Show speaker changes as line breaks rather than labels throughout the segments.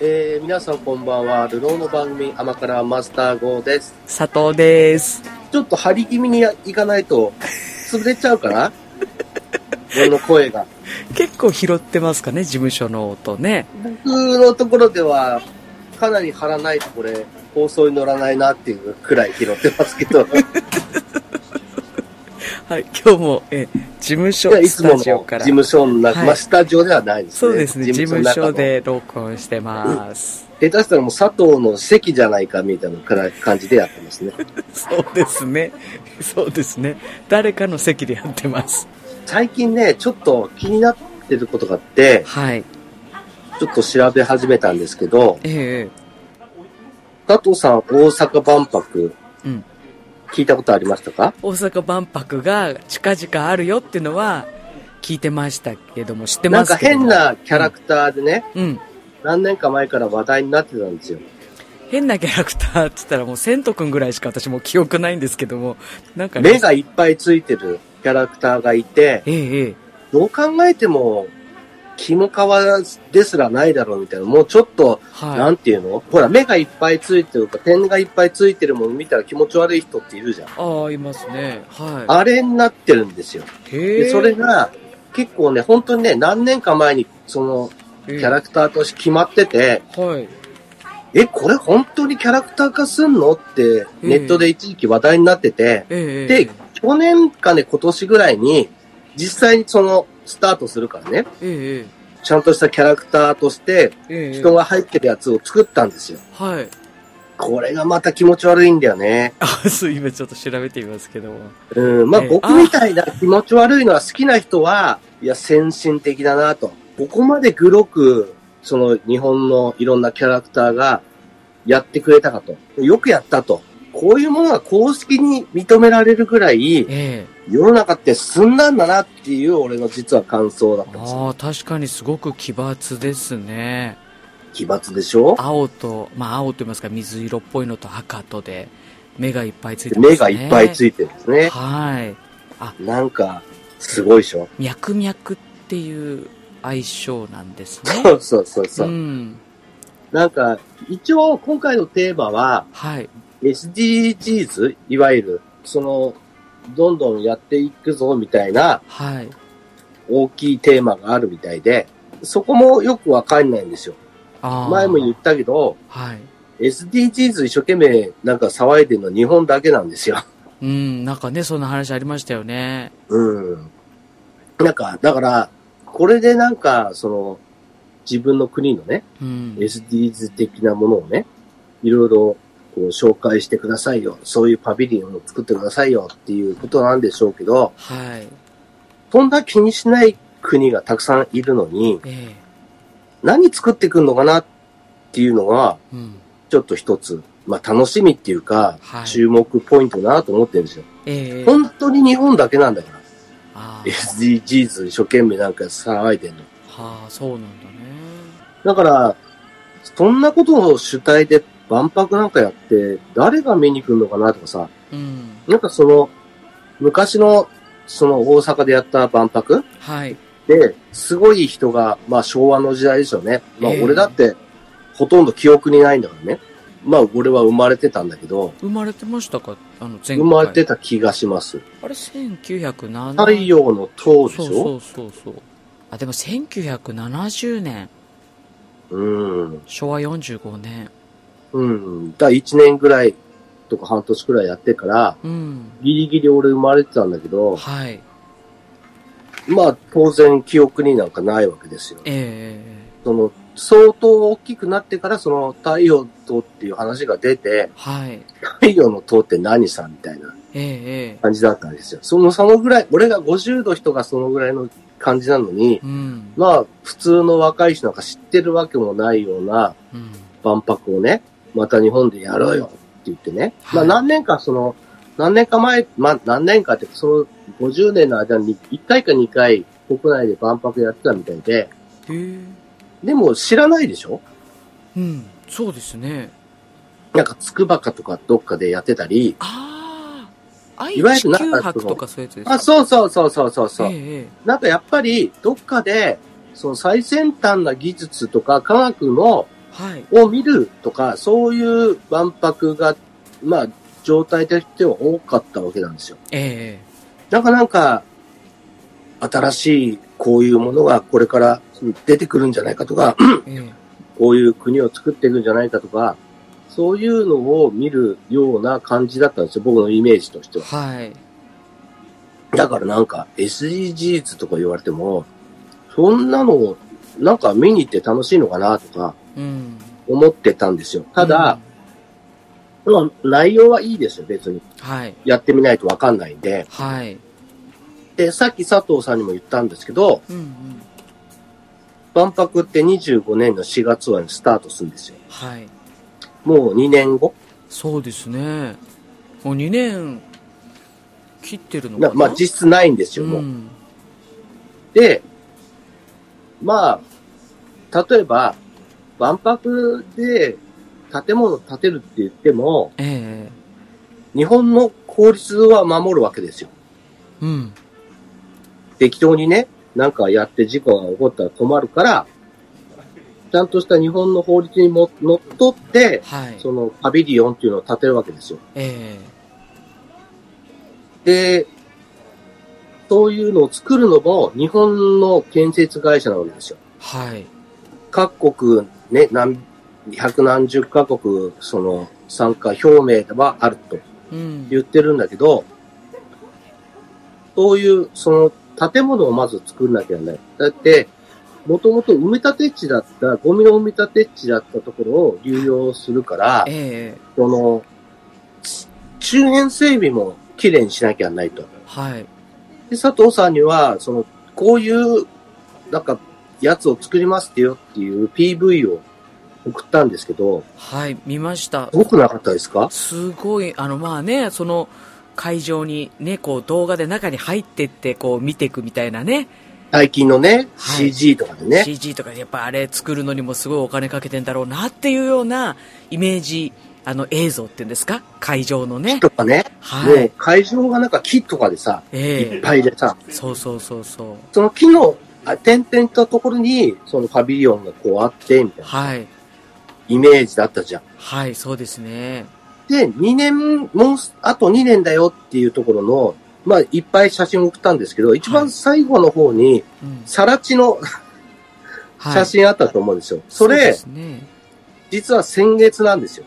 えー、皆さんこんばんは。ルローの番組、甘辛マスター号です。
佐藤です。
ちょっと張り気味にやいかないと、潰れちゃうか な俺の声が。
結構拾ってますかね、事務所の音ね。
僕のところでは、かなり張らないとこれ、放送に乗らないなっていうくらい拾ってますけ ど、い
はい、今日も、え、事務所
や、い、つ
ス
も
タ
の事
ジオから。
務所の中、
はい
まあ、スタジオではないですね。
そうですね、事務
の中の
所。で録音してます。
下手したらもう佐藤の席じゃないかみたいなくらい感じでやってますね。
そうですね、 そうですね。誰かの席でやってます。
最近ね、ちょっと気になってることがあって、
はい、
ちょっと調べ始めたんですけど、
え
佐藤さん、大阪万博、
えうん。
聞いたことありましたか
大阪万博が近々あるよっていうのは聞いてましたけども、知ってま
なん
す
か
けども
変。なキャラクターでね、
うん。
何年か前から話題になってたんですよ。
変なキャラクターって言ったらもう、千とくんぐらいしか私もう記憶ないんですけども、なんかね
目がいっぱいついてるキャラクターがいて、
ええええ。
どう考えても、キモカワですらないだろうみたいな、もうちょっと、
はい。
なんていうのほら、目がいっぱいついてるとか、点がいっぱいついてるもの見たら気持ち悪い人っているじゃん。
ああ、いますね。は
あれになってるんですよ。
い。へ
で、それが、結構ね、本当にね、何年か前に、その、キ
キ
ャラクターとして決まってて、
はい。
え、これ本当にキャラクター化すんのって、ネットで一時期話題になってて、
ええ
で、去年かね、今年ぐらいに、実際にその、スタートするからね、
ええ
ちゃんとしたキャラクターとして、
ええ
人が入ってるやつを作ったんですよ。
はい。
これがまた気持ち悪いんだよね。
あ、そう、今ちょっと調べてみますけども。
うん、まあ
ええ
僕みたいな気持ち悪いのは好きな人は、いや、先進的だなと。ここまでグロく、その日本のいろんなキャラクターがやってくれたかと。よくやったと。こういうものが公式に認められるぐらい、
ええ
世の中って進んだんだなっていう俺の実は感想だったんですよ。
ああ、確かにすごく奇抜ですね。
奇抜でしょ
青と、まあ青と言いますか、水色っぽいのと赤とで、目がいっぱいついてますね。
目がいっぱいついてるんですね。
はい。
なんか、すごいでしょ
脈々っていう愛称なんですね。
そうそうそうそうう。
ん。
なんか、一応今回のテーマは、
はい。
SDGs、いわゆる、その、どんどんやっていくぞみたいな
はい。
大きいテーマがあるみたいで、そこもよくわかんないんですよ。
ああ。
前も言ったけど、
はい。
SDGs 一生懸命なんか騒いでるの日本だけなんですよ。
うん、なんかね、そんな話ありましたよね。
うん。なんか、だから、これでなんか、その、自分の国のね、
うん。
SDGs 的なものをね、いろいろこう紹介してくださいよ。そういうパビリオンを作ってくださいよっていうことなんでしょうけど、
はい。
そんな気にしない国がたくさんいるのに、
え
何作ってくんのかなっていうのが、
えうん。
ちょっと一つ、まあ楽しみっていうか、
はい
注目ポイントだなと思ってるんですよ。
ええ
本当に日本だけなんだから。
あ
SDGs 一生懸命なんか騒いでんの。
あ、はあ、そうなんだね。
だから、そんなことを主体で万博なんかやって、誰が見に来るのかなとかさ、
うん。
なんかその、昔の、その大阪でやった万博
はい。
で、すごい人が、まあ昭和の時代ですよね。まあ
ええ
俺だって、ほとんど記憶にないんだからね。まあ俺は生まれてたんだけど、
生まれてましたかあの、前回。
生まれてた気がします。
あれ、1907
太陽の塔でしょ
そうそうそうそう。あ、でも1970年。
うん。
昭和45年。
うん。だから1年ぐらいとか半年くらいやってから、
うん。
ギリギリ俺生まれてたんだけど、
はい。
まあ当然記憶になんかないわけですよ。
ええ
その、相当大きくなってからその太陽の塔っていう話が出て、
はい。
太陽の塔って何さみたいな。
ええええ
感じだったんですよ。その、そのぐらい、俺が50度人がそのぐらいの感じなのに、
うん。
まあ、普通の若い人なんか知ってるわけもないような
うん。
万博をね、また日本でやろうよって言ってね。まあ、
はい
何年かその、何年か前、まあ、何年かって、その50年の間に1回か2回国内で万博やってたみたいで、
ええ
でも知らないでしょ
うん。そうですね。
なんか、つくばかとかどっかでやってたり、
ああ。愛
いわゆ
知
るなん
九
か
博とかそういうやつですか
あ、そうそうそうそうそうそう。
えええ
なんかやっぱり、どっかで、その最先端な技術とか科学の
えはい。
を見るとか、そういう万博が、まあ、状態としては多かったわけなんですよ。
え
だからなんか、新しいこういうものがこれから出てくるんじゃないかとか、
えええ
こういう国を作っていくんじゃないかとか、そういうのを見るような感じだったんですよ、僕のイメージとしては。
はい。
だからなんか SDGs とか言われても、そんなの、なんか見に行って楽しいのかなとか
うん。
思ってたんですよ。ただ、まあ内容はいいですよ、別に。
うん、はい。
やってみないとわかんないんで。
はい。
で、さっき佐藤さんにも言ったんですけど、
うんうん。
万博って25年の4月はスタートするんですよ。
はい。
もう2年後
そうですね。もう2年切ってるのか
な
な。
まあ実質ないんですよ、
う
もう。
ん。
で、まあ、例えば、万博で建物建てるって言っても、
ええ
日本の法律は守るわけですよ。
うん。
適当にね、なんかやって事故が起こったら困るから、ちゃんとした日本の法律にものっとって、
はい。
そのパビリオンっていうのを建てるわけですよ。
え
で、そういうのを作るのも日本の建設会社なわけですよ。
えはい。
各国ね、何、百何十カ国、その参加表明はあると
うん。
言ってるんだけど、そういう、その建物をまず作んなきゃいけない。だって、もともと埋め立て地だった、ゴミの埋め立て地だったところを流用するから、
ええ
その、周辺整備もきれいにしなきゃいけないと。
はい。
で、佐藤さんには、その、こういう、なんか、やつを作りますってよっていう PV を送ったんですけど、
はい。見ました
す。ごくなかったですか
すごい、あの、まあね、その会場にね、こう動画で中に入ってって、こう見ていくみたいなね、
最近のね、
はい
CG とかでね。
CG とかやっぱあれ作るのにもすごいお金かけてんだろうなっていうようなイメージ、あの映像っていうんですか会場のね。
とかね。
は
もう
い。
会場がなんか木とかでさ、い
え
っ
え
ぱいでさ、
そうそうそうそ
その木のあ点々とところに、そのパビリオンがこうあって、みた
う。
いな
はい。
イメージだったじゃん。
はい、そうですね。
で、2年、もうす、あと2年だよっていうところの、まあ、いっぱい写真を送ったんですけど、一番最後の方に、
うん。
さら地の
はい、
写真あったと思うんですよ。それ、
うですね。
実は先月なんですよ。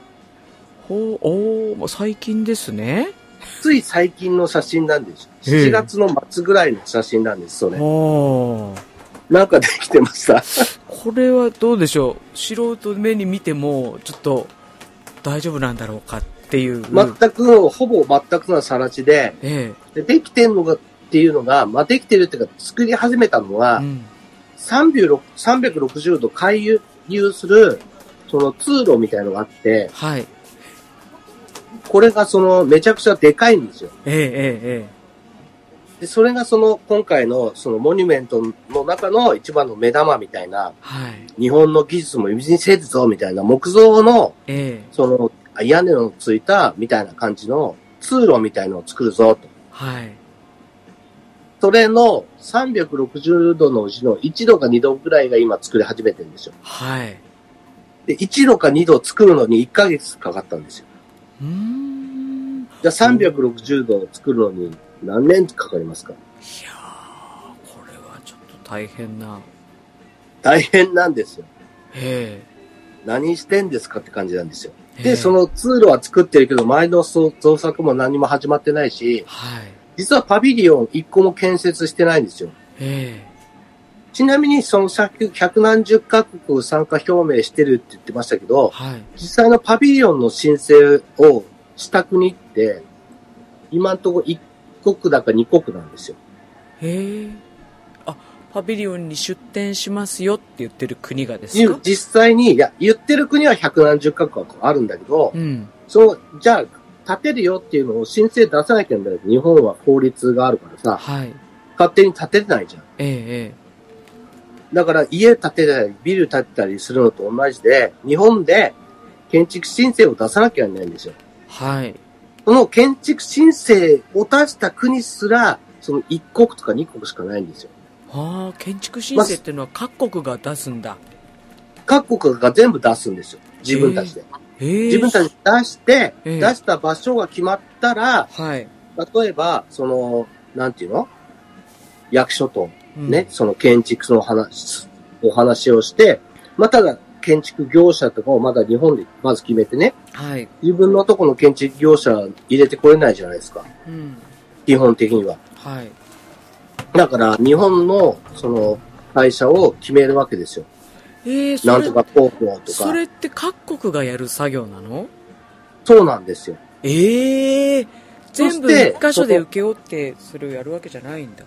ほう、おーもう最近ですね。
つい最近の写真なんですよ。
へえ
7月の末ぐらいの写真なんです、それ。
おー。
なんかできてました。
これはどうでしょう素人目に見てもちょっと大丈夫なんだろうかっていう、
全く、ほぼ全くのさら地で、
え
でできてんのが、っていうのが、まあ、できてるっていうか、作り始めたの
え
は、
うん、
36 360度回遊する、その通路みたいのがあって、
はい
これがその、めちゃくちゃでかいんですよ。
えええ
で、それがその、今回の、その、モニュメントの中の一番の目玉みたいな、
ええ
日本の技術も水にせずぞ、みたいな木造の、
ええ
その、屋根のついた、みたいな感じの通路みたいのを作るぞ、と。
はいはい
それの360度のうちの1度か2度ぐらいが今作り始めてるんですよ。
はい
で、1度か2度作るのに1ヶ月かかったんですよ。
うーんい
じゃあ360度を作るのに何年かかりますか
やーこれはちょっと大変な
大変なんですよ。
え
何してんですかって感じなんですよ。
えええ
で、その通路は作ってるけど、前のそう造作も何も始まってないし、
はい
実はパビリオン1個も建設してないんですよ。
え
ちなみに、そのさっき百何十カ国参加表明してるって言ってましたけど
え、はい
実際のパビリオンの申請をした国って、今んとこ1国だか2国なんですよ。
ええあパビリオンに出展しますよって言ってる国がです
実
か
実際に、いや、言ってる国は百何十カ国あるんだけど
う、ん
その、じゃあ、建てるよっていうのを申請出さなきゃいけない。日本は法律があるからさ、
はい
勝手に建てれないじゃん。
えええ
だから家建てたり、ビル建てたりするのと同じで、日本で建築申請を出さなきゃいけないんですよ。
えはい
その建築申請を出した国すら、その1国とか2国しかないんですよ。
ああ建築申請っていうのは各国が出すんだ、
各国が全部出すんですよ。自分たちで。
えー
自分たちで出して、
ええ
出した場所が決まったら、
はい。
例えば、その、なんていうの役所と
うん
ね、。その建築の話、お話をして、まあ、ただ、建築業者とかをまだ日本でまず決めてね、
はい。
自分のとこの建築業者入れてこれないじゃないですか。
うん。
基本的には。
はい。
だから、日本の、その、会社を決めるわけですよ。
えー、それ
なんとか高校と
それ
か。
って各国がやる作業なの
そうなんですよ。
ええ全部
そして
一箇所で請け負ってそれをやるわけじゃないんだ。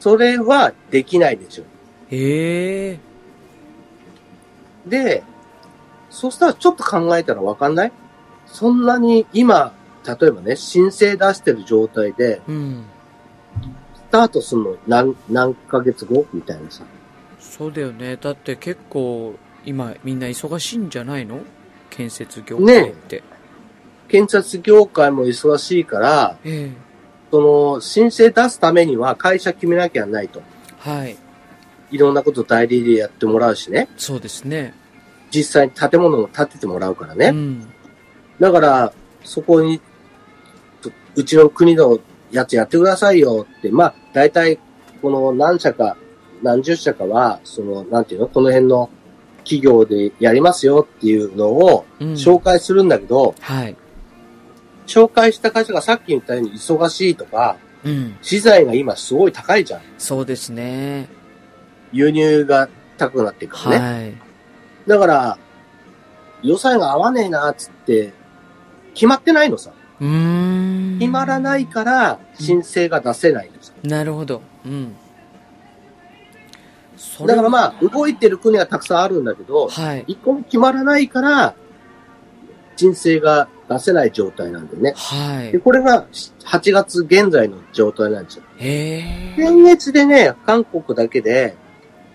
それはできないでしょ。
ええ
で、そしたらちょっと考えたらわかんないそんなに今、例えばね、申請出してる状態で、
うん。
スタートするの何、何ヶ月後みたいなさ。
そうだよね。だって結構今みんな忙しいんじゃないの建設業界
ね
って。
建設業界も忙しいから、
え
その、申請出すためには会社決めなきゃないと。
えはい。
いろんなこと代理でやってもらうしね。
そうですね。
実際に建物も建ててもらうからね。
うん。
だから、そこに、とうちの国のやつやってくださいよって、まあ、大体、この何社か、何十社かは、その、なんていうの、この辺の企業でやりますよっていうのを
うん。
紹介するんだけど、
はい。
紹介した会社がさっき言ったように忙しいとか、
うん。
資材が今すごい高いじゃん。
そうですね。
輸入が高くなっていくからね。
はい。
だから、予算が合わねえな、つって、決まってないのさ。
うーん。
決まらないから、申請が出せないんです。
なるほど。うん。それ
だからまあ、動いてる国はたくさんあるんだけど、
はい。
一個も決まらないから、申請が出せない状態なんだよね。
は
で、
い。
これが8月現在の状態なんですよ。
へえ。
先月でね、韓国だけで、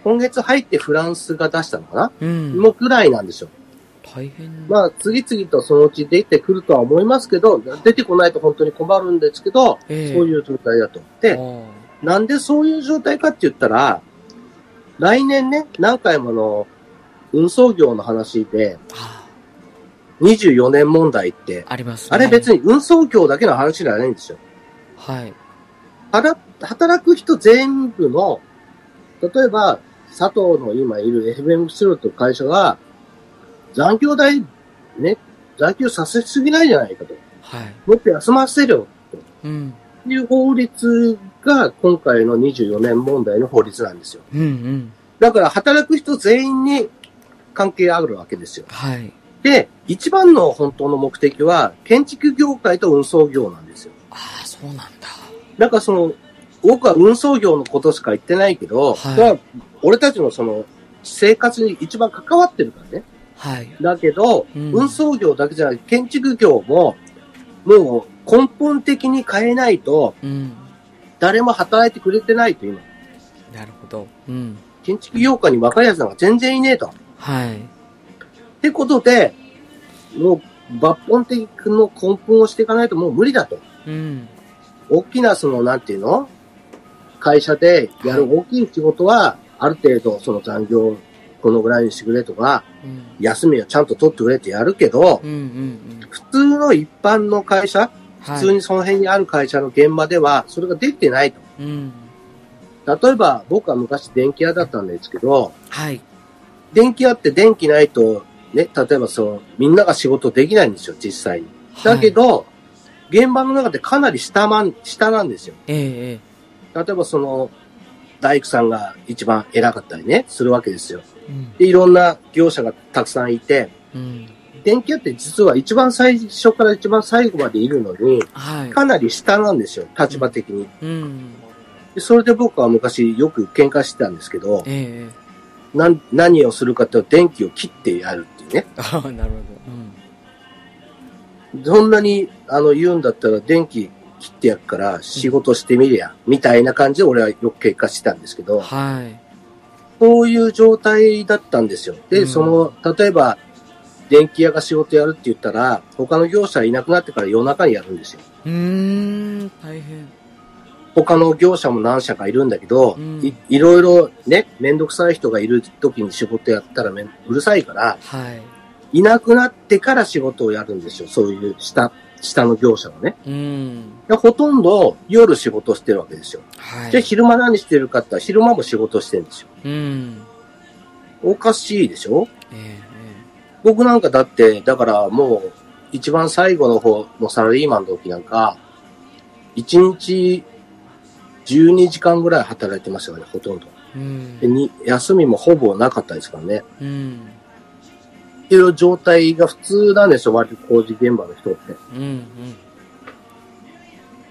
今月入ってフランスが出したのかな、
うん。
もうくらいなんですよ。
大変。
まあ、次々とそのうち出てくるとは思いますけど、出てこないと本当に困るんですけど、
ええ
そういう状態だと。で、
あ
なんでそういう状態かって言ったら、来年ね、何回もの運送業の話で、
ああ
24年問題って、
あ、あります、ね。
あれ別に運送業だけの話じゃないんですよ。
はい。
働働く人全部の、例えば、佐藤の今いる FM スローという会社が、残業代、ね、残業させすぎないじゃないかと。
はい。
もっと休ませるよ。
うん。
っていう法律が今回の24年問題の法律なんですよ。
うんうん。
だから働く人全員に関係あるわけですよ。
はい。
で、一番の本当の目的は建築業界と運送業なんですよ。
ああ、そうなんだ。
だからその、僕は運送業のことしか言ってないけど、
はい
それは俺たちのその生活に一番関わってるからね。
はい。
だけど、
うん
運送業だけじゃなくて建築業も、もう根本的に変えないと、
うん。
誰も働いてくれてないと今。
なるほど。うん。
建築業界に若い奴なんか全然いねえと。
はい。
ってことで、もう抜本的の根本をしていかないともう無理だと。
うん。
大きなその、なんていうの会社でやる大きい仕事は、ある程度その残業このぐらいにしてくれとか、
うん。
休みをちゃんと取ってくれってやるけど
うん、うんうん。
普通の一般の会社、
は
普
い。
通にその辺にある会社の現場では、それができてないと。
うん。
例えば、僕は昔電気屋だったんですけど、
はい。
電気屋って電気ないと、ね、例えばその、みんなが仕事できないんですよ、実際に。だけ
はい、
ど、現場の中でかなり下まん、下なんですよ。
ええええ
例えばその、大工さんが一番偉かったりね、するわけですよ。
うん。
で、いろんな業者がたくさんいて、
うん。
電気屋って実は一番最初から一番最後までいるのに、
はい。
かなり下なんですよ、立場的に。
うん。
でそれで僕は昔よく喧嘩してたんですけど
え、えええ
なん何をするかっていうと電気を切ってやるっていうね。
ああ、なるほど。うん。
そんなに、あの、言うんだったら電気切ってやっから仕事してみりゃ、みたいな感じで俺はよく結果してたんですけど、
はい。
そういう状態だったんですよ。で、
うん
その、例えば、電気屋が仕事やるって言ったら、他の業者いなくなってから夜中にやるんですよ。
うーん。大変。
他の業者も何社かいるんだけど、
うん
いいろいろね、めんどくさい人がいる時に仕事やったらめんうるさいから、
はい。
いなくなってから仕事をやるんですよ。そういう下、下の業者はね。
うん。
でほとんど夜仕事してるわけですよ。
はい。
じゃあ昼間何してるかって言ったら昼間も仕事してるんですよ。
うん。
おかしいでしょ
えええ
僕なんかだって、だからもう、一番最後の方のサラリーマンの時なんか、1日12時間ぐらい働いてましたからね、ほとんど。
えうん
でに休みもほぼなかったですからね。
うん。
っていう状態が普通なんですよ、割と工事現場の人って。
うん。うん。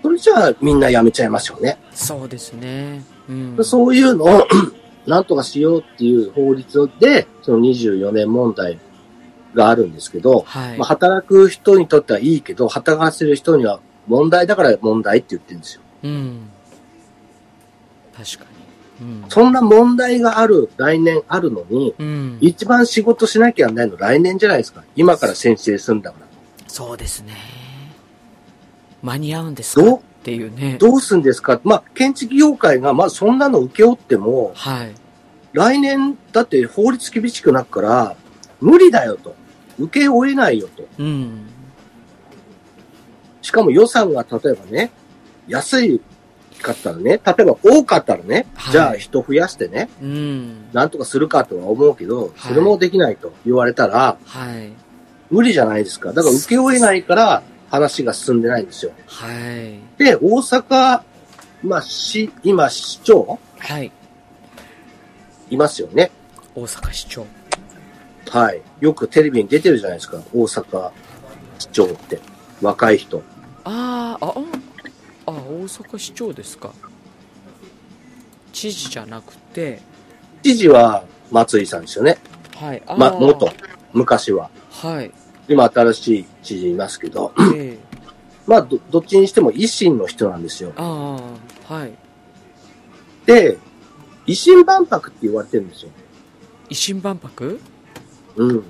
それじゃあみんな辞めちゃいますよね。
そうですね。うん。
でそういうのを なんとかしようっていう法律で、その24年問題があるんですけど、
はい。
まあ、働く人にとってはいいけど、働かせる人には問題だから問題って言ってるんですよ。
うん。確かに。うん。
そんな問題がある、来年あるのに、
うん。
一番仕事しなきゃなんないの来年じゃないですか。今から先生するんだから。
そうですね。間に合うんですか
どう
っていうね。
どうすんですかまあ、建築業界が、まあ、そんなの請け負っても、
はい。
来年、だって法律厳しくなるから、無理だよと。請け負えないよと。
うん。
しかも予算が例えばね、安いかったらね、例えば多かったらね、
はい
じゃあ人増やしてね、
うん。
なんとかするかとは思うけど、
はい
それもできないと言われたら、
はい。
無理じゃないですか。だから請け負えないから話が進んでないんですよ。
はい。
で、大阪、まあ、市、今、市長
はい。
いますよね。
大阪市長。
はい。よくテレビに出てるじゃないですか。大阪市長って。若い人。
あーあ、あ、あ、大阪市長ですか。知事じゃなくて、
知事は松井さんですよね。
はい。あー
ま、元。。昔は。
はい。
今、新しい知事いますけど。
ええ
まあど、どっちにしても維新の人なんですよ。
ああ、はい。
で、維新万博って言われてるんですよ。
維新万博
うん。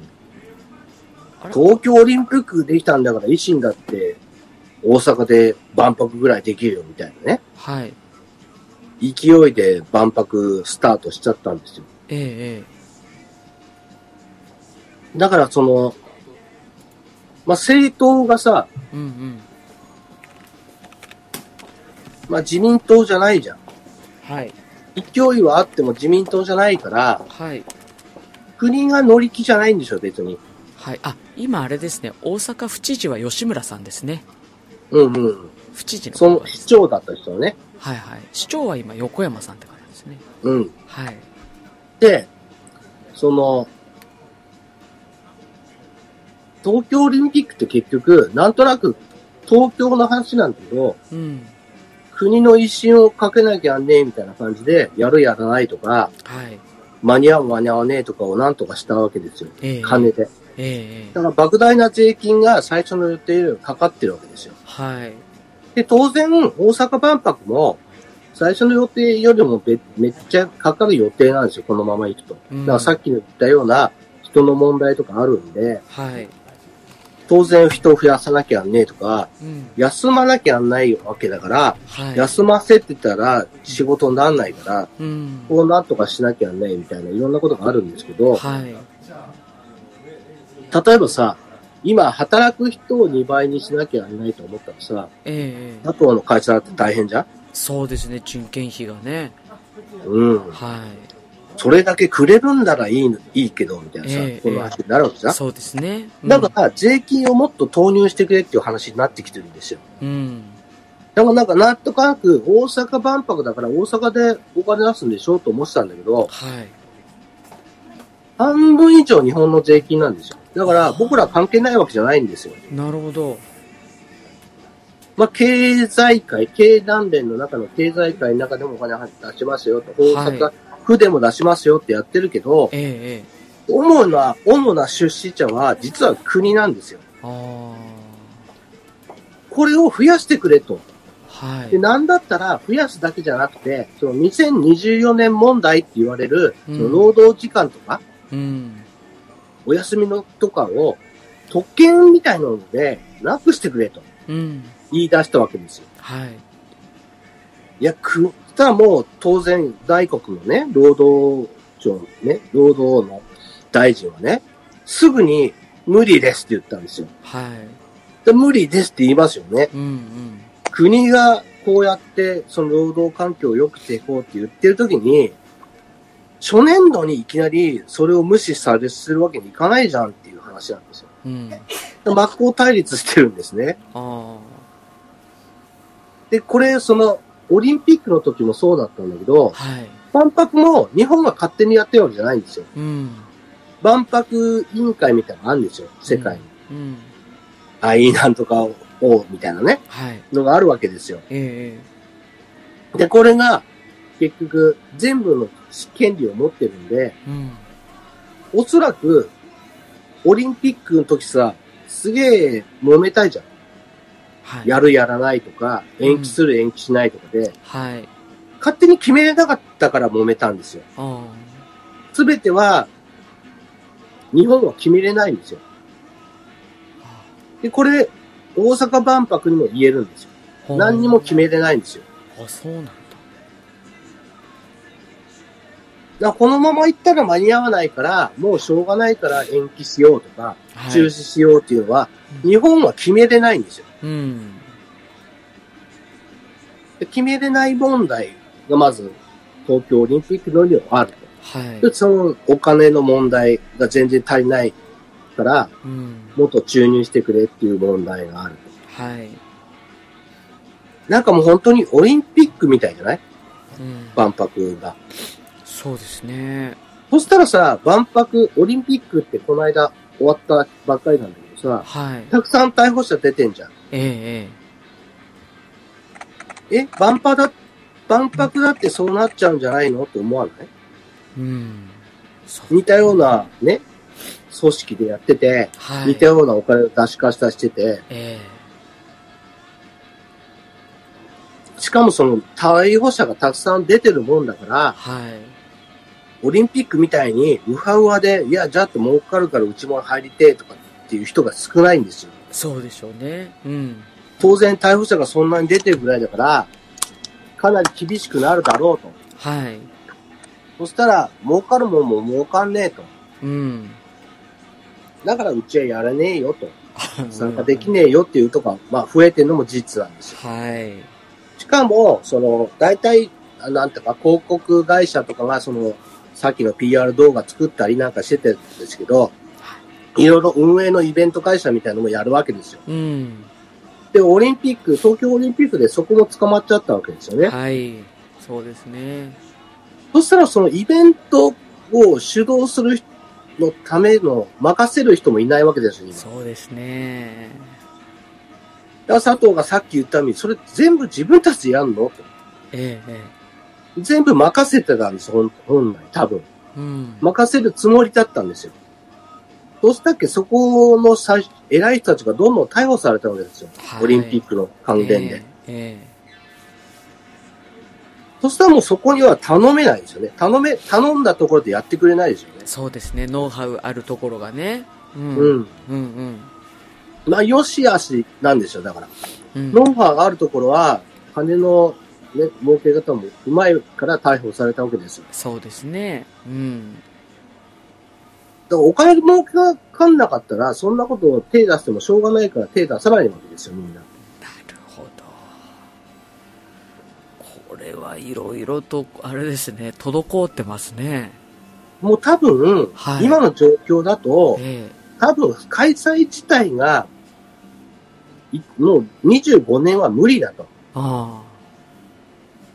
あら
東京オリンピックできたんだから維新だって大阪で万博ぐらいできるよみたいなね。
はい。
勢いで万博スタートしちゃったんですよ。
えええ
だからその、まあ、政党がさ、
えうんうん。
まあ、自民党じゃないじゃん。
はい。
勢いはあっても自民党じゃないから、
はい。
国が乗り気じゃないんでしょ、別に。
はい。あ、今あれですね。大阪府知事は吉村さんですね。
うんうん。
府知事の
そ
方
の
です
市長だった人ね。
はいはい。市長は今、横山さんって方ですね。
うん。
はい。
で、その、東京オリンピックって結局、なんとなく東京の話なんだけど、
うん。
国の威信をかけなきゃねえみたいな感じで、やるやらないとか、
はい。
間に合う間に合わねえとかをなんとかしたわけですよ。
ええ
金で。
ええええ
だから莫大な税金が最初の予定よりもかかってるわけですよ。
はい。
で、当然、大阪万博も、最初の予定よりもべめっちゃかかる予定なんですよ、このまま行くと。
う
だ
ん
からさっきの言ったような人の問題とかあるんで、
はい。
当然人を増やさなきゃあんねえとか、
うん。
休まなきゃあんないわけだから、
はい。
休ませてたら仕事にならないから、
うん。
こうなんとかしなきゃあんないみたいないろんなことがあるんですけど、
はい。
例えばさ、今働く人を2倍にしなきゃあんないと思ったらさ、
ええええ
あとの会社だって大変じゃん
そうですね。人件費がね。
うん。
はい。
それだけくれるんならいいのいいけど、みたいなさ、
ええ
この話になるわけじゃん、
そうですね。うん
だから、税金をもっと投入してくれっていう話になってきてるんですよ。
うん。
だからなんか、なんとなく、大阪万博だから大阪でお金出すんでしょうと思ってたんだけど、
はい。
半分以上日本の税金なんですよ。だから、僕ら関係ないわけじゃないんですよ。
なるほど。
まあ、経済界、経団連の中の経済界の中でもお金出しますよと、大
は
阪府でも出しますよってやってるけど、
ええええ
主な、主な出資者は実は国なんですよ。
ああ。
これを増やしてくれと。
は
で、
い。
なんだったら増やすだけじゃなくて、その2024年問題って言われる、そ
うん
の労働時間とか、
うん。
お休みのとかを、特権みたいなので、なくしてくれと
うん。
言い出したわけですよ。
はい。
いや、く、たらもう当然、大国のね、労働省のね、労働の大臣はね、すぐに無理ですって言ったんですよ。
はい。
で無理ですって言いますよね。
うんうん。
国がこうやって、その労働環境を良くしていこうって言ってる時に、初年度にいきなりそれを無視されするわけにいかないじゃんっていう話なんですよ。
うん。あ
で真っ向対立してるんですね。
あ。
で、これ、その、オリンピックの時もそうだったんだけど、
はい。
万博も日本が勝手にやってるわけじゃないんですよ。
うん。
万博委員会みたいなのがあるんですよ、世界に。
うん。
IE なんとかを、みたいなね、
はい。
のがあるわけですよ。
え
で、これが、結局、全部の権利を持ってるんで、
えうん。
おそらく、オリンピックの時さ、すげえ揉めたいじゃん。
はい。
やるやらないとか、
うん
延期する延期しないとかで、
はい。
勝手に決めれなかったから揉めたんですよ。
ああ。
すべては、日本は決めれないんですよ。で、これ、大阪万博にも言えるんですよ。
ほう
何にも決めれないんですよ。
あ、そうなんだ。
だからこのまま行ったら間に合わないから、もうしょうがないから延期しようとか、
はい。
中止しようっていうのは、
うん
日本は決めれないんですよ。
うん。
で決めれない問題がまず、東京オリンピックのにはある
はい
と。。で、そのお金の問題が全然足りないから、
うん。
もっと注入してくれっていう問題がある。
はい。
なんかもう本当にオリンピックみたいじゃない
うん。
万博が。
そうですね。
そしたらさ、万博、オリンピックってこの間終わったばっかりなんだけどさ、
はい。
たくさん逮捕者出てんじゃん。
えええ
え、万博だ、万博だってそうなっちゃうんじゃないのって思わない
え。うん。そう
似たようなね、組織でやってて、
はい。
似たようなお金を出し貸したしてて、
え
しかもその逮捕者がたくさん出てるもんだか
え
ら、
はい。
オリンピックみたいにウハウハで、いや、じゃあって儲かるからうちも入りてえとかっていう人が少ないんですよ。
そうでしょうね。うん。
当然逮捕者がそんなに出てるぐらいだから、かなり厳しくなるだろうと。
はい。
そしたら、儲かるもんも儲かんねえと。
うん。
だからうちはやらねえよと。参加できねえよっていうとか、まあ増えてるのも事実なんですよ。
はい。
しかも、その、大体、あなんとか広告会社とかが、その、さっきの PR 動画作ったりなんかしててるんですけど、いろいろ運営のイベント会社みたいなのもやるわけですよ。
うん。
で、オリンピック、東京オリンピックでそこも捕まっちゃったわけですよね。
はい。そうですね。
そしたらそのイベントを主導する人のための任せる人もいないわけですよ、今。だ
そうですね。
から佐藤がさっき言ったように、それ全部自分たちでやんのと
えええ
全部任せてたんです、ほん本来、多分。
え。うん。
任せるつもりだったんですよ。そうしたっけ、そこの最偉い人たちがどんどん逮捕されたわけですよ。
はい
オリンピックの関連で。
ええ。え
そしたらもうそこには頼めないですよね。頼め、頼んだところでやってくれないですよね
え。そうですね。ノウハウあるところがね。うん。
う
うん
ん。
うん
まあ、よしあしなんですよ、だから。
うん。
ノウハウがあるところは、金の、ね、儲け方もうまいから逮捕されたわけですよ。
そうですね。うん。
だからお金儲けがかんなかったら、そんなことを手出してもしょうがないから手出さないわけですよ、みんな。
なるほど。これはいろいろと、あれですね、滞ってますね。
もう多分、
はい
今の状況だと、
え
多分開催自体が、いもう25年は無理だと。っ
え。あ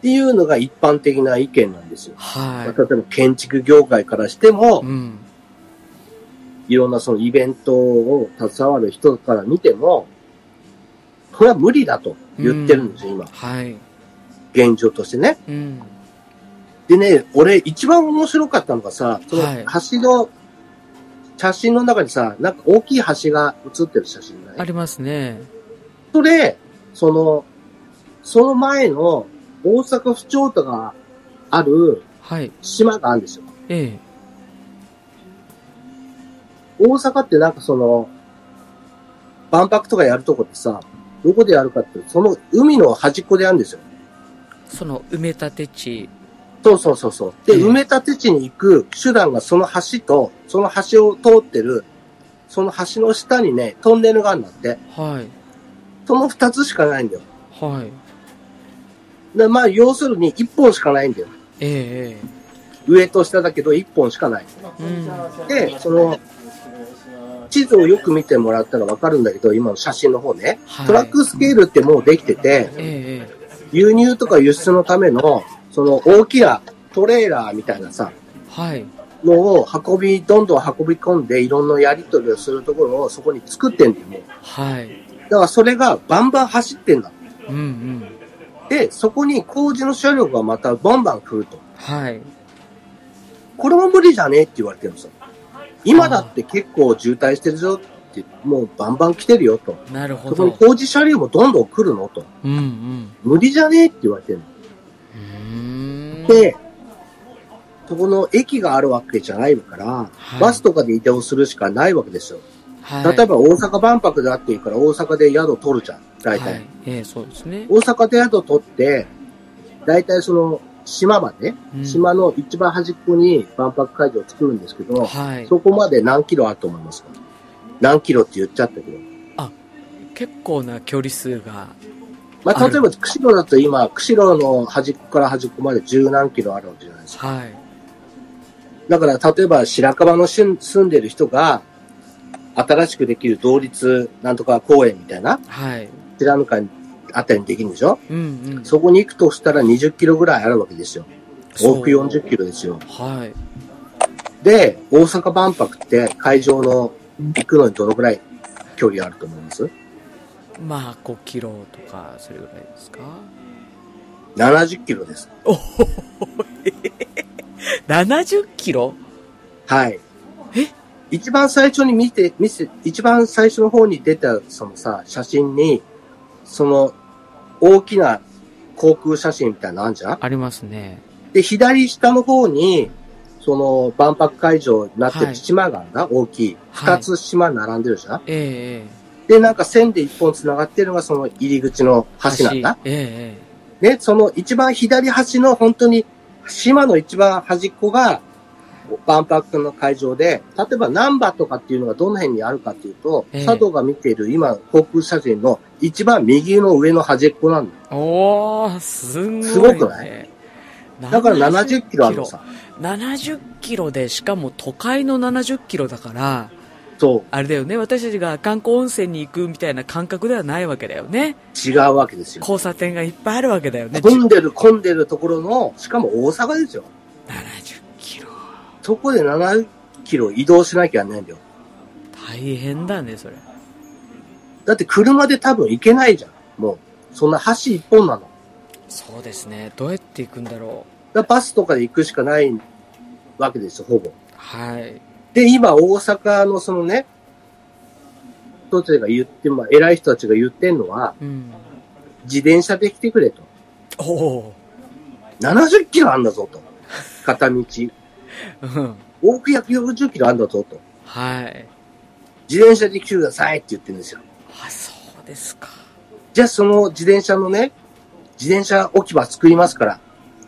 ていうのが一般的な意見なんですよ
あ。。は
まあ例えば建築業界からしても
い。う、ん。
いろんなそのイベントを携わる人から見ても、これは無理だと言ってるんですよ、今。
はい。
現状としてね。
うん。
でね、俺一番面白かったのがさ、その
はい
橋の、写真の中にさ、なんか大きい橋が写ってる写真ない
ありますね。
それ、その、その前の大阪府庁とがある
はい。
島があるんですよ。
ええ。
大阪ってなんかその、万博とかやるとこってさ、どこでやるかって、その海の端っこでやるんですよ。
その埋め立て地。
そうそうそうそう。で、
ええ
埋め立て地に行く手段がその橋と、その橋を通ってる、その橋の下にね、トンネルがあるんだって。
はい。
その二つしかないんだよ。
はい。
でまあ、要するに一本しかないんだよ。
ええ
上と下だけど一本しかない。
うん
で、その、地図をよく見てもらったらわかるんだけど、今の写真の方ね。
はい
トラックスケールってもうできてて、
ええええ
輸入とか輸出のための、その大きなトレーラーみたいなさ、
はい。
のを運び、どんどん運び込んで、いろんなやり取りをするところをそこに作ってんだよ、ね。
はい。
だからそれがバンバン走ってんだ。
うんうん。
で、そこに工事の車両がまたバンバン来ると。
はい。
これも無理じゃねえって言われてるんですよ。今だって結構渋滞してるぞって、もうバンバン来てるよと。
なるほ
そこに
ど。
工事車両もどんどん来るのと。
うんうん。
無理じゃねえって言われてるの。
うーん。
で、そこの駅があるわけじゃないから
はい、
バスとかで移動するしかないわけですよ。
はい、
例えば大阪万博だっていうから大阪で宿取るじゃん、大体。
はい。ええそうですね。
大阪で宿取って、大体その島まで、
うん
島の一番端っこに万博会場を作るんですけど、
はい。
そこまで何キロあると思いますか何キロって言っちゃったけど。
結構な距離数が。
ま
あ
あ、
る
例えば、釧路だと今、釧路の端っこから端っこまで十何キロあるわけじゃないですか
はい。
だから、例えば白樺のしゅ住んでる人が、新しくできる同立なんとか公園みたいな、
はい。
白ぬかにあたりにできるんでしょ
うんうん。
そこに行くとしたら20キロぐらいあるわけですよ。
そう
往復40キロですよ。
はい。
で、大阪万博って会場の行くのにどのぐらい距離あると思います
まあ、5キロとか、それぐらいですか。
?70 キロです。
おほほほへへへ70キロ
はい。
え
一番最初に見て、見せ、一番最初の方に出たそのさ、写真に、その、大きな航空写真みたいなのあんじゃん
ありますね。
で、左下の方に、その、万博会場になって
はい
る島があるんだ、大きい。
はい
二つ島並んでるじゃん、
えええ
で、なんか線で一本繋がってるのがその入り口の
え
橋なんだ。
橋ええ
ね、その一番左端の本当に島の一番端っこが万博の会場で、例えば難波とかっていうのがどの辺にあるかっていうと、
ええ
佐藤が見ている今航空写真の一番右の上の端っこなんだよ。
ええおー、すんごい、ね。
すごくないだから70キロあるのさ。
70キロで、しかも都会の70キロだから、
そ
あれだよね、私たちが観光温泉に行くみたいな感覚ではないわけだよね。
う、違うわけですよ。
交差点がいっぱいあるわけだよね。
混んでる混んでるところの、しかも大阪ですよ。
70キロ。
そこで7キロ移動しなきゃいけないんだよ。
大変だね、それ。
だって車で多分行けないじゃん。もう、そんな橋一本なの。
そうですね。どうやって行くんだろ
だからバスとかで行くしかないわけですよ、ほぼ。
う。はい。
で、今、大阪のそのね、人たちが言って、まあ、偉い人たちが言ってんのは、
うん。
自転車で来てくれと。
おお。
70キロあんだぞと。片道。
うん。
往復約40キロあんだぞと。
はい。
自転車で来てくださいって言ってるんですよ。
あ、そうですか。
じゃあ、その自転車のね、自転車置き場作りますから、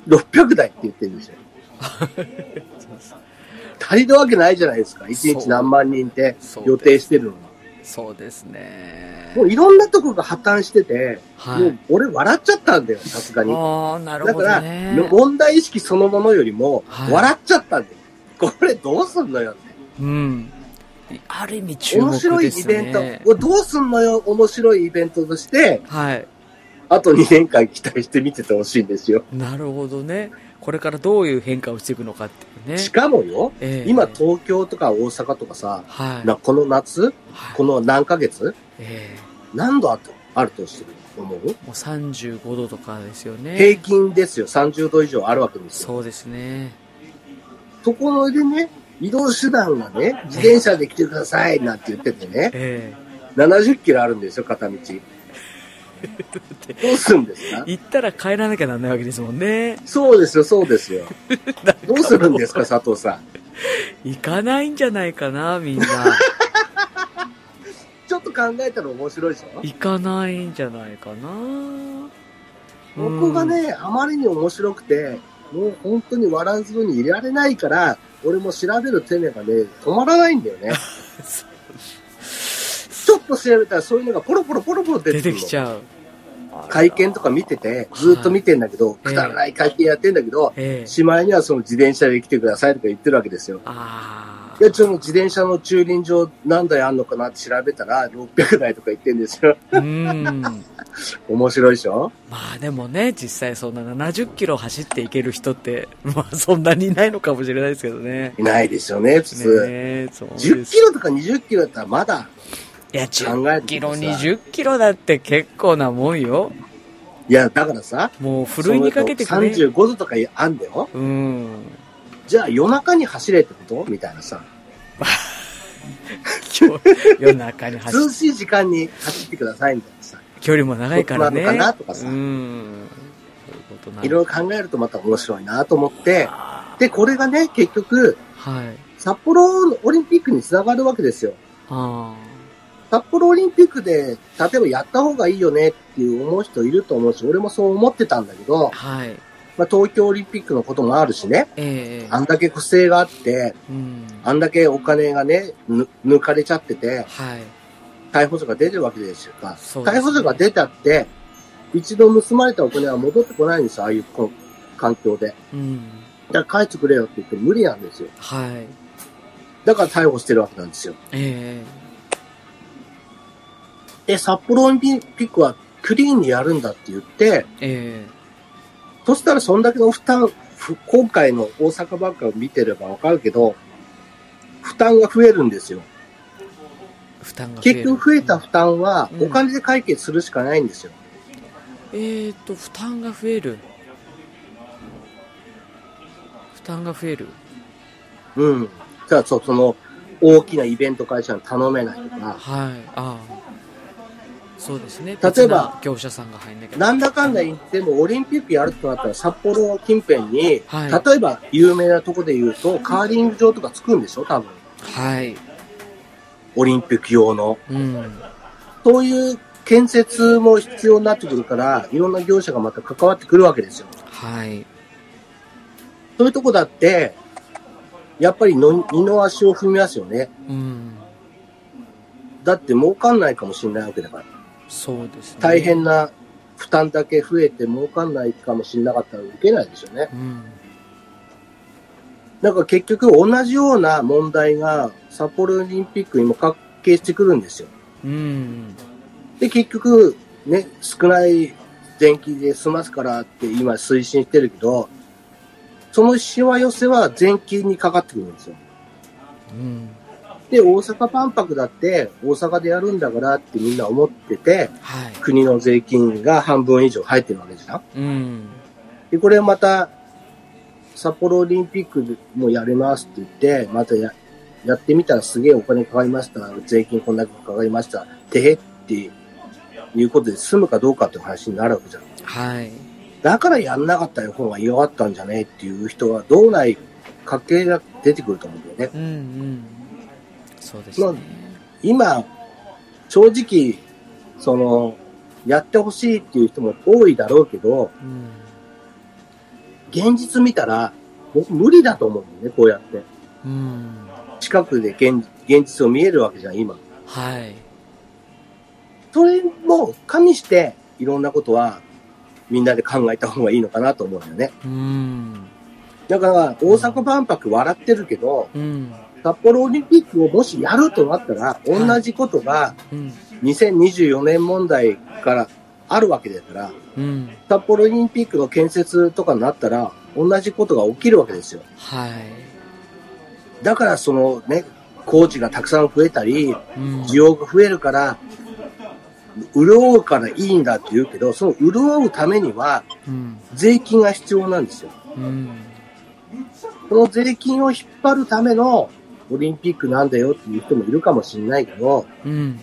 600台って言ってるん ですよ。足りるわけないじゃないですか。1
そう
日何万人って
そう
予定してるのに。
そうですね
も。ういろんなとこが破綻してて、
は
も。
いう
俺笑っちゃったんだよ、さすがに。
ああ、なる
だ
ほ
か
ど
ら、
ね。
問題意識そのものよりも、
はい
笑っちゃったんだよ。これどうすんのよって。
うん。ある意味注目
面白い
で
イ
す
ベント。
ね。
これどうすんのよ、面白いイベントとして、
はい。
あと2年間期待して見ててほしいんですよ。
なるほどね。これからどういう変化をしていくのかっていうね。
しかもよ、
ええ
今、東京とか大阪とかさ、
はい。
なこの夏、
はい
この何ヶ月、
え
何度あとあるとしてる思う
えもう35度とかですよね。
平均ですよ、30度以上あるわけですよ。
そうですね。
そこでね、移動手段がね、自転車で来てくださいなんて言っててね、
え
70キロあるんですよ、片道。どうするんですか
え行ったら帰らなきゃなんないわけですもんね。
そうですよ、そうですよ。
なんか
どうするんですか、佐藤さん。
行かないんじゃないか な、みんな。
ちょっと考えたら面白いでしょ
行かないんじゃないかな。
僕がね、あまりに面白くて、もう本当に笑わずにいられないから、俺も調べる手目がね、止まらないんだよ ね。ちょっと調べたらそういうのがポロポロポロポロ出て
出
くる
て
の
きちゃう。
会見とか見てて、ずっと見てんだけど、くだらない会見やってんだけど、
ええ
しまいにはその自転車で来てくださいとか言ってるわけですよ。
あ
で、その自転車の駐輪場何台あんのかなって調べたら、600台とか言ってんですよ。
あ。うん。
面白いでしょ
まあでもね、実際そんな70キロ走っていける人って、まあそんなにいないのかもしれないですけどね。
いないですよね、普通。
ねえそうです
10キロとか20キロだったらまだ、
いや、
考えて
10キ
みて
ロ、
さ
20キロだって結構なもんよ。
いや、だからさ、
もう、ふるいにかけてくれ。
35度とかあんだよ。
うん。
じゃあ夜中に走れってことみたいなさ。
今日夜中に走 っ
涼しい時間に走ってくださいみたいなさ。
距離も長いから
そ
ね。
うなのかなとかさ
うん。そういうことなんだ
いろいろ考えるとまた面白いなと思って。
あー
で、これがね、結局、
はい。
札幌のオリンピックにつながるわけですよ。
あ
札幌オリンピックで、例えばやった方がいいよねっていう思う人いると思うし、俺もそう思ってたんだけど
あ。、はい。
まあ、東京オリンピックのこともあるしね、
ええ
あんだけ不正があって、
うん。
あんだけお金がね、ぬ抜かれちゃってて、
はい。
逮捕者が出てるわけですよか。
そうですね
逮捕者が出たって、一度盗まれたお金は戻ってこないんですよ、ああいうこの環境で。
うん。
だから返してくれよって言っても無理なんですよ。
はい。
だから逮捕してるわけなんですよ。
ええ
で、札幌オリンピックはクリーンにやるんだって言って、
え
そしたらそんだけの負担、ふ今回の大阪ばっかを見てればわかるけど、負担が増えるんですよ。
え負担が増える
結局増えた負担は
うん
お金で解決するしかないんですよ。
えっ、と負担が増える負担が増える
うん。じゃあ、そその、大きなイベント会社に頼めないとか、
はいああそうですね
ば
別な業者さんが入んなきゃ
なんだかんだ言っても、オリンピックやるとなったら、札幌近辺に、
はい
例えば有名なとこで言うと、カーリング場とか作るんでしょ多分。
はい
オリンピック用の。
うん
そういう建設も必要になってくるから、いろんな業者がまた関わってくるわけですよ。
はい
そういうとこだって、やっぱりの二の足を踏みますよね。
うん
だって儲かんないかもしれないわけだから。
そうですね
大変な負担だけ増えて儲かんないかもしれなかったら受けないですよね。
うん
なんか結局同じような問題が札幌オリンピックにも関係してくるんですよ。
うん
で、結局ね、少ない電気で済ますからって今推進してるけど、そのしわ寄せは全金にかかってくるんですよ。
うん
で、大阪万博だって大阪でやるんだからってみんな思ってて、
はい
国の税金が半分以上入ってるわけじゃん。
うん
で、これまた、札幌オリンピックもやりますって言って、またややってみたらすげえお金かかりました。税金こんだけかかりました。てへっていうことで済むかどうかっていう話になるわけじゃん。
はい
だからやんなかった方が良かったんじゃねえっていう人は、道内家計が出てくると思うんだよね。
うんうんそうですね
今、正直、その、やってほしいっていう人も多いだろうけど、
うん
現実見たら、僕無理だと思うんだよね、こうやって。
うん
近くで現現実を見えるわけじゃん、今。
はい
それも加味して、いろんなことは、みんなで考えた方がいいのかなと思うんだよね。
うん
だから、大阪万博笑ってるけど、
うん
札幌オリンピックをもしやるとなったら、同じことが
うん
2024年問題からあるわけだから、
うん
札幌オリンピックの建設とかになったら、同じことが起きるわけですよ。
はい
だから、そのね、工事がたくさん増えたり、
うん
需要が増えるから、潤うからいいんだって言うけど、その潤うためには
うん
税金が必要なんですよ。
うん
この税金を引っ張るためのオリンピックなんだよっていう人もいるかもしれないけど、
うん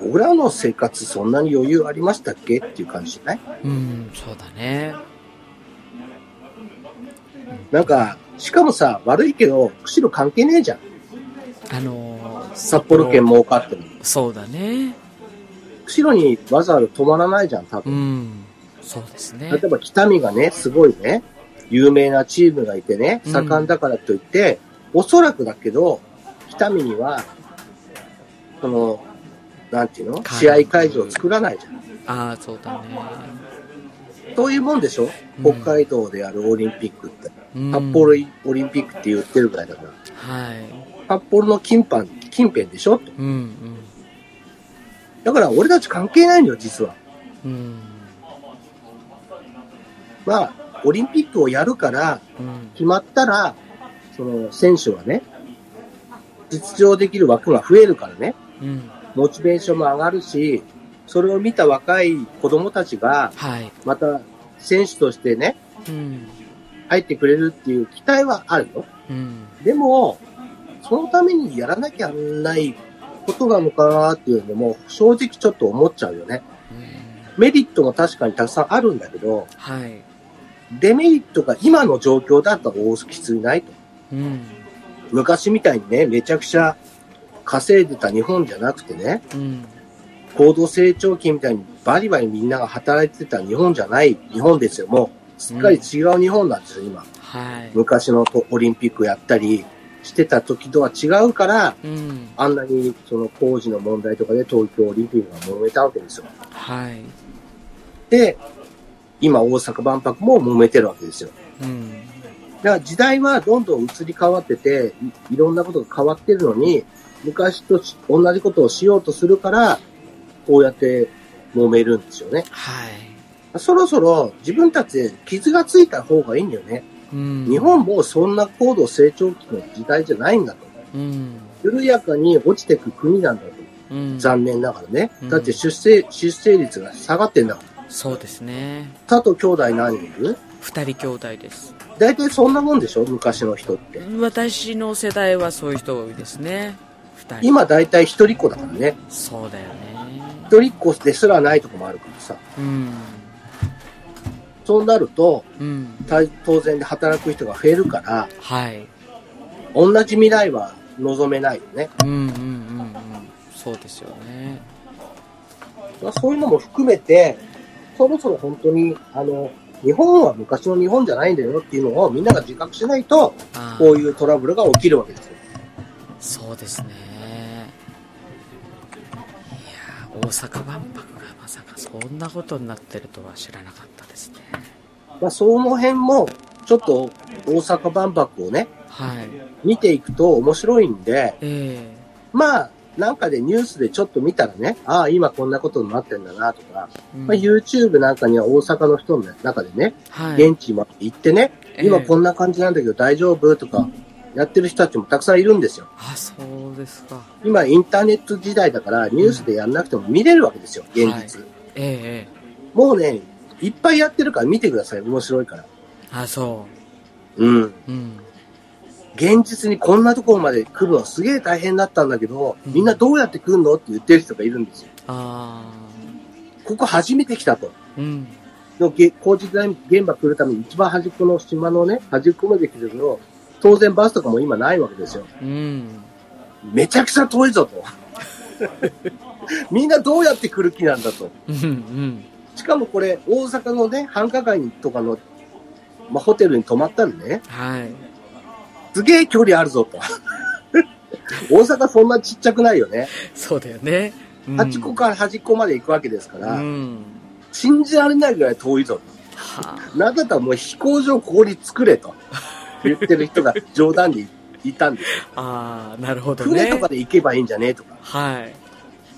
僕らの生活そんなに余裕ありましたっけっていう感じじゃない
うんそうだね
なんか、しかもさ、悪いけど、釧路関係ねえじゃん。
あのー
札幌県儲かっても。
そうだね
白にわざわざ止まらないじゃん、多
う
分。
ん。そうですね
例。えば北見がね、すごいね、有名なチームがいてね、
うん
盛んだからといって、おそらくだけど、北見には、その、なんていうの
会
試合会場を作らないじゃん。
ああ、そうだね。
そういうもんでしょ
う
北
ん
海道でやるオリンピックって。
うん
札幌オリンピックって言ってるぐらいだから。
はい。
札幌の近辺、近辺でしょと
うん、うん。
だから俺たち関係ないのよ、実は。
うん。
まあ、オリンピックをやるから、
うん。
決まったら、その選手はね、実情できる枠が増えるからね、
うん。
モチベーションも上がるし、それを見た若い子供たちが、
はい。
また選手としてね、
うん。
入ってくれるっていう期待はあるよ。
うん。
でも、そのためにやらなきゃないことなのかなっていうのも、正直ちょっと思っちゃうよね。
うん
メリットも確かにたくさんあるんだけど、
はい。
デメリットが今の状況だったら大きついないと。
うん。
昔みたいにね、めちゃくちゃ稼いでた日本じゃなくてね、
うん。
高度成長期みたいにバリバリみんなが働いてた日本じゃない日本ですよ。もう、すっかり違う日本なんですよ、今。
はい。
昔のとオリンピックやったりしてた時とは違うから、
うん。
あんなにその工事の問題とかで東京オリンピックが揉めたわけですよ。
はい。
で、今大阪万博も揉めてるわけですよ。
うん。
だから時代はどんどん移り変わってて、いいろんなことが変わってるのに、昔とし同じことをしようとするから、こうやって揉めるんですよね。
はい。
そろそろ自分たちで傷がついた方がいいんだよね。
うん。
日本もそんな高度成長期の時代じゃないんだと。
うん。
緩やかに落ちてく国なんだと。
うん。
残念ながらね
うん。
だって出生、出生率が下がってんだから。
そうですね。
佐藤兄弟何人いる
二人兄弟です。
大体そんなもんでしょ昔の人って。
私の世代はそういう人多いですね。二人。
今大体一人っ子だからね。
そうだよね。
一人っ子ですらないとこもあるからさ。
うん。
そうなると、
うん。
た当然で働く人が増えるから、
はい。
同じ未来は望めないよね。
うんうんうんうん。そうですよね。
まあそういうのも含めて、そろそろ本当に、あの、日本は昔の日本じゃないんだよっていうのをみんなが自覚しないと、
あー
こういうトラブルが起きるわけですよ。
そうですね。いやー大阪万博がまさかそんなことになってるとは知らなかったですね。
まあ、その辺も、ちょっと大阪万博をね、
はい。
見ていくと面白いんで、
え
まあ、なんかでニュースでちょっと見たらね、ああ、今こんなことになってんだなとか、
えうん
まあ、YouTube なんかには大阪の人の中でね、
はい。
現地まで行ってね、今こ
ん
んな感じなんだけど大丈夫とか、やってる人たちもたくさんいるんですよ。
あ、そうですか。
今インターネット時代だからニュースでやんなくても見れるわけですよ、現実。
ええ
もうね、いっぱいやってるから見てください、面白いから。
あ、そ
うん。
う。うん。
現実にこんなところまで来るのすげえ大変だったんだけど、
うん
みんなどうやって来るのって言ってる人がいるんですよ。
あ
ここ初めて来たと。
あ。うん。
のげ工事現場来るために一番端っこの島のね、端っこまで来てるけど、当然バスとかも今ないわけですよ。
うん。
めちゃくちゃ遠いぞと。 みんなどうやって来る気なんだと。
うん。うん。
しかもこれ、大阪のね、繁華街とかの、まあ、ホテルに泊まったらね、
はい。
すげえ距離あるぞと。 大阪そんなちっちゃくないよね。
そうだよね。うん
端っこから端っこまで行くわけですから、
うん。
信じられないぐらい遠いぞ
は
と。なんだったらもう飛行場ここに作れと言ってる人が冗談でいたんですよ。
あ。ああ、なるほどね。
船とかで行けばいいんじゃねえとか。
はい。ええ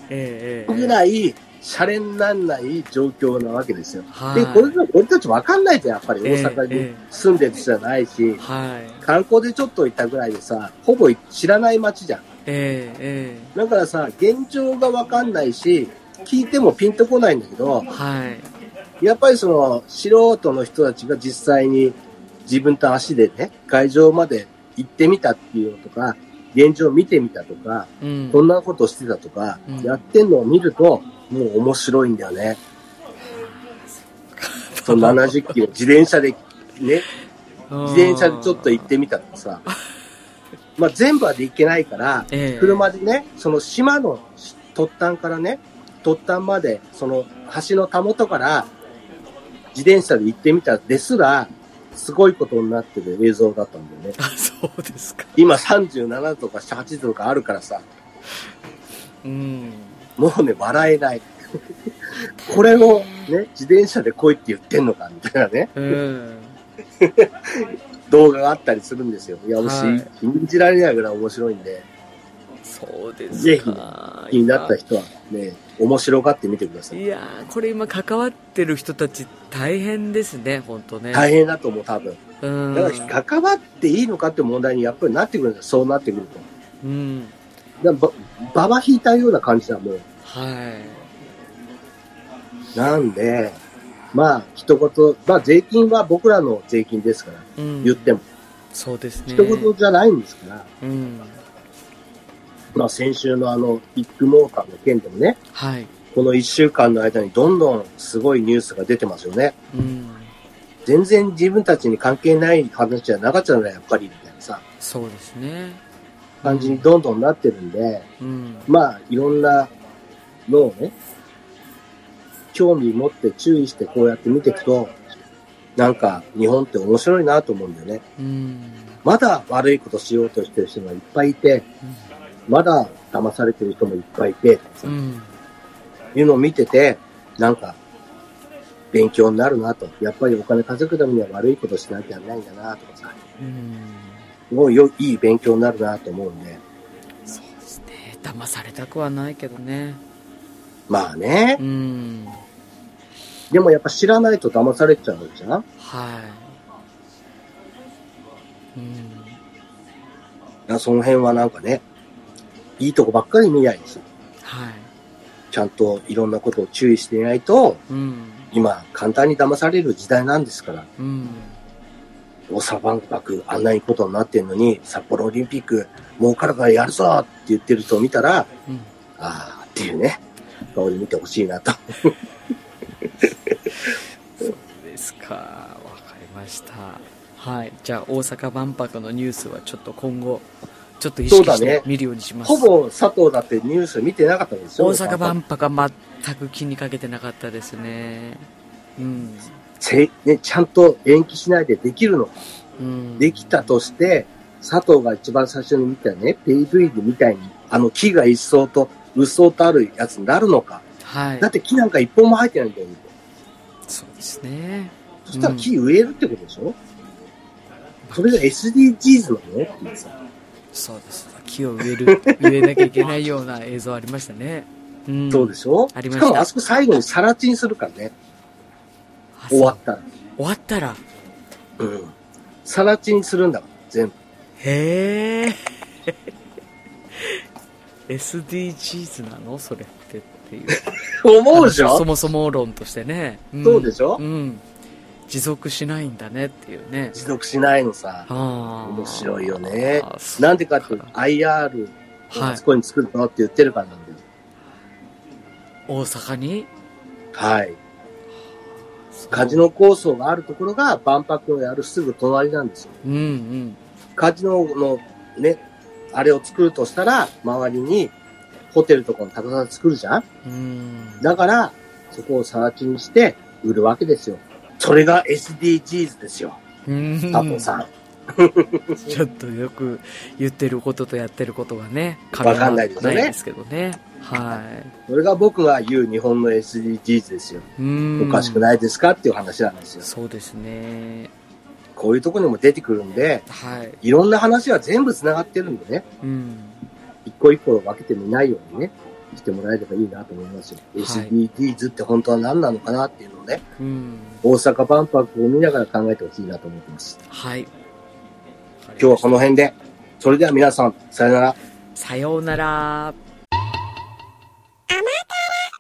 ええ
ぐらい、シャレになんない状況なわけですよ。
はい。
で、これ俺たちわかんないじゃん、やっぱり
ええ
大阪
え
に住んでる人じゃないし、
はい。
観光でちょっと行ったぐらいでさ、ほぼ知らない街じゃん。
ええ
だからさ、現状がわかんないし、聞いてもピンとこないんだけど
ええ、はい。
やっぱりその素人の人たちが実際に自分と足でね、会場まで行ってみたっていうのとか、現状を見てみたとか、
うん。
こんなことしてたとか
うん、
やってんのを見ると、もう面白いんだよね。その70キロ、自転車でね、自転車でちょっと行ってみたとかさ、まあ全部はで行けないから、
ええ
車でね、その島の突端からね、突端まで、その橋のたもとから自転車で行ってみたですら、すごいことになってる映像だったんだよね。
あ、そうですか。
今37とか8とかあるからさ、
うん。
もうね、笑えない。 これをね、自転車で来いって言ってんのかみたいなね、
うん。
動画があったりするんですよ。いや、もし
はい
信じられないぐらい面白いんで、
そうですか。
ぜ気になった人はね、面白がってみてください。
いやーこれ今関わってる人たち大変ですね本当ね
大変だと思う、多分。
うん
だから、関わっていいのかって問題にやっぱりなってくるんですよ。そうなってくると。
うん
だからば、ばば引いたような感じだもん。
はい
なんで、まあ、一言、まあ、税金は僕らの税金ですから、
うん
言っても。
そうですね
一言じゃないんですから、
うん
まあ、先週のあの、ビッグモーターの件でもね、
はい
この一週間の間にどんどんすごいニュースが出てますよね。
うん
全然自分たちに関係ない話じゃなかったんだ、やっぱり、みたいなさ、
そうですね
感じにどんどんなってるんで、
うん
まあ、いろんなのをね、興味持って注意してこうやって見ていくと、なんか日本って面白いなと思うんだよね。
うん
まだ悪いことしようとしてる人がいっぱいいて、まだ騙されてる人もいっぱいいて、
うん
いうのを見てて、なんか、勉強になるなと。やっぱりお金稼ぐためには悪いことしなきゃいけないんだなとかさ、
うん
すごいよいい勉強になるなと思うんで。
そうですね騙されたくはないけどね
まあね
う。ん
でもやっぱ知らないと騙されちゃうじゃん
はいうん
いやその辺はなんかね、いいとこばっかり見ないんですよ。
はい
ちゃんといろんなことを注意していないと、
うん
今、簡単に騙される時代なんですから。
うん
大阪万博、あんないいことになってんのに、札幌オリンピック、儲からからやるぞって言ってる人を見たら、
うん
あーっていうね、顔で見てほしいなと。
ですかわかりましたはいじゃあ大阪万博のニュースはちょっと今後ちょっと意
そう
識
だ
し
ね
て見るようにします、
ほぼ佐藤だってニュース見てなかったんですよ。
大阪万博は全く気にかけてなかったですねうん、
せね、ちゃんと延期しないでできるのか。
うん、
できたとして、佐藤が一番最初に見たね、PV みたいに、あの木が一層と、うっそうとあるやつになるのか。
はい
だって木なんか一本も入ってないんだよ。
そうですね
そしたら木植えるってことでしょ、それが SDGs なのっていうさ。
そうです木を植 える植えなきゃいけないような映像ありましたね、うん、
そうでしょ
ありま
し
した
かもあそこ最後にさら地にするからね。
あそう
終わったら。
終わったら
うん。さら地にするんだから、全部。
へ え SDGs なのそれってっていう
思うじゃ
そ
ん
もそも論としてね、ん
そうでしょ
うん持続しないんだねっていうね
持続しないのさ。
ああ
面白いよね
あー。そう
なんでかっていうと IR を
は
あ
い
そこに作るのって言ってるからなんだよ。
大阪に
はい。カジノ構想があるところが万博をやるすぐ隣なんですよ。
うんうん
カジノのね、あれを作るとしたら、周りにホテルとかもたくさん作るじゃん
うん
だから、そこをさら地にして売るわけですよ。それが SDGs ですよ、
うん
佐藤さん。
ちょっとよく言ってることとやってることがね
わかんないですよね
噛み合わですけどねは
それが僕が言う日本の SDGs ですよ。
いうん
おかしくないですかっていう話なんですよ。
そうですね
こういうとこにも出てくるんで、
はい
いろんな話は全部繋がってるんでね、
うん
一個一個分けてみないようにね、してもらえればいいなと思いますよ。
い
SDGs って本当は何なのかなっていうのをね、
うん
大阪万博を見ながら考えてほしいなと思ってます。
はい
今日はこの辺で。それでは皆さん、さよなら。
さようなら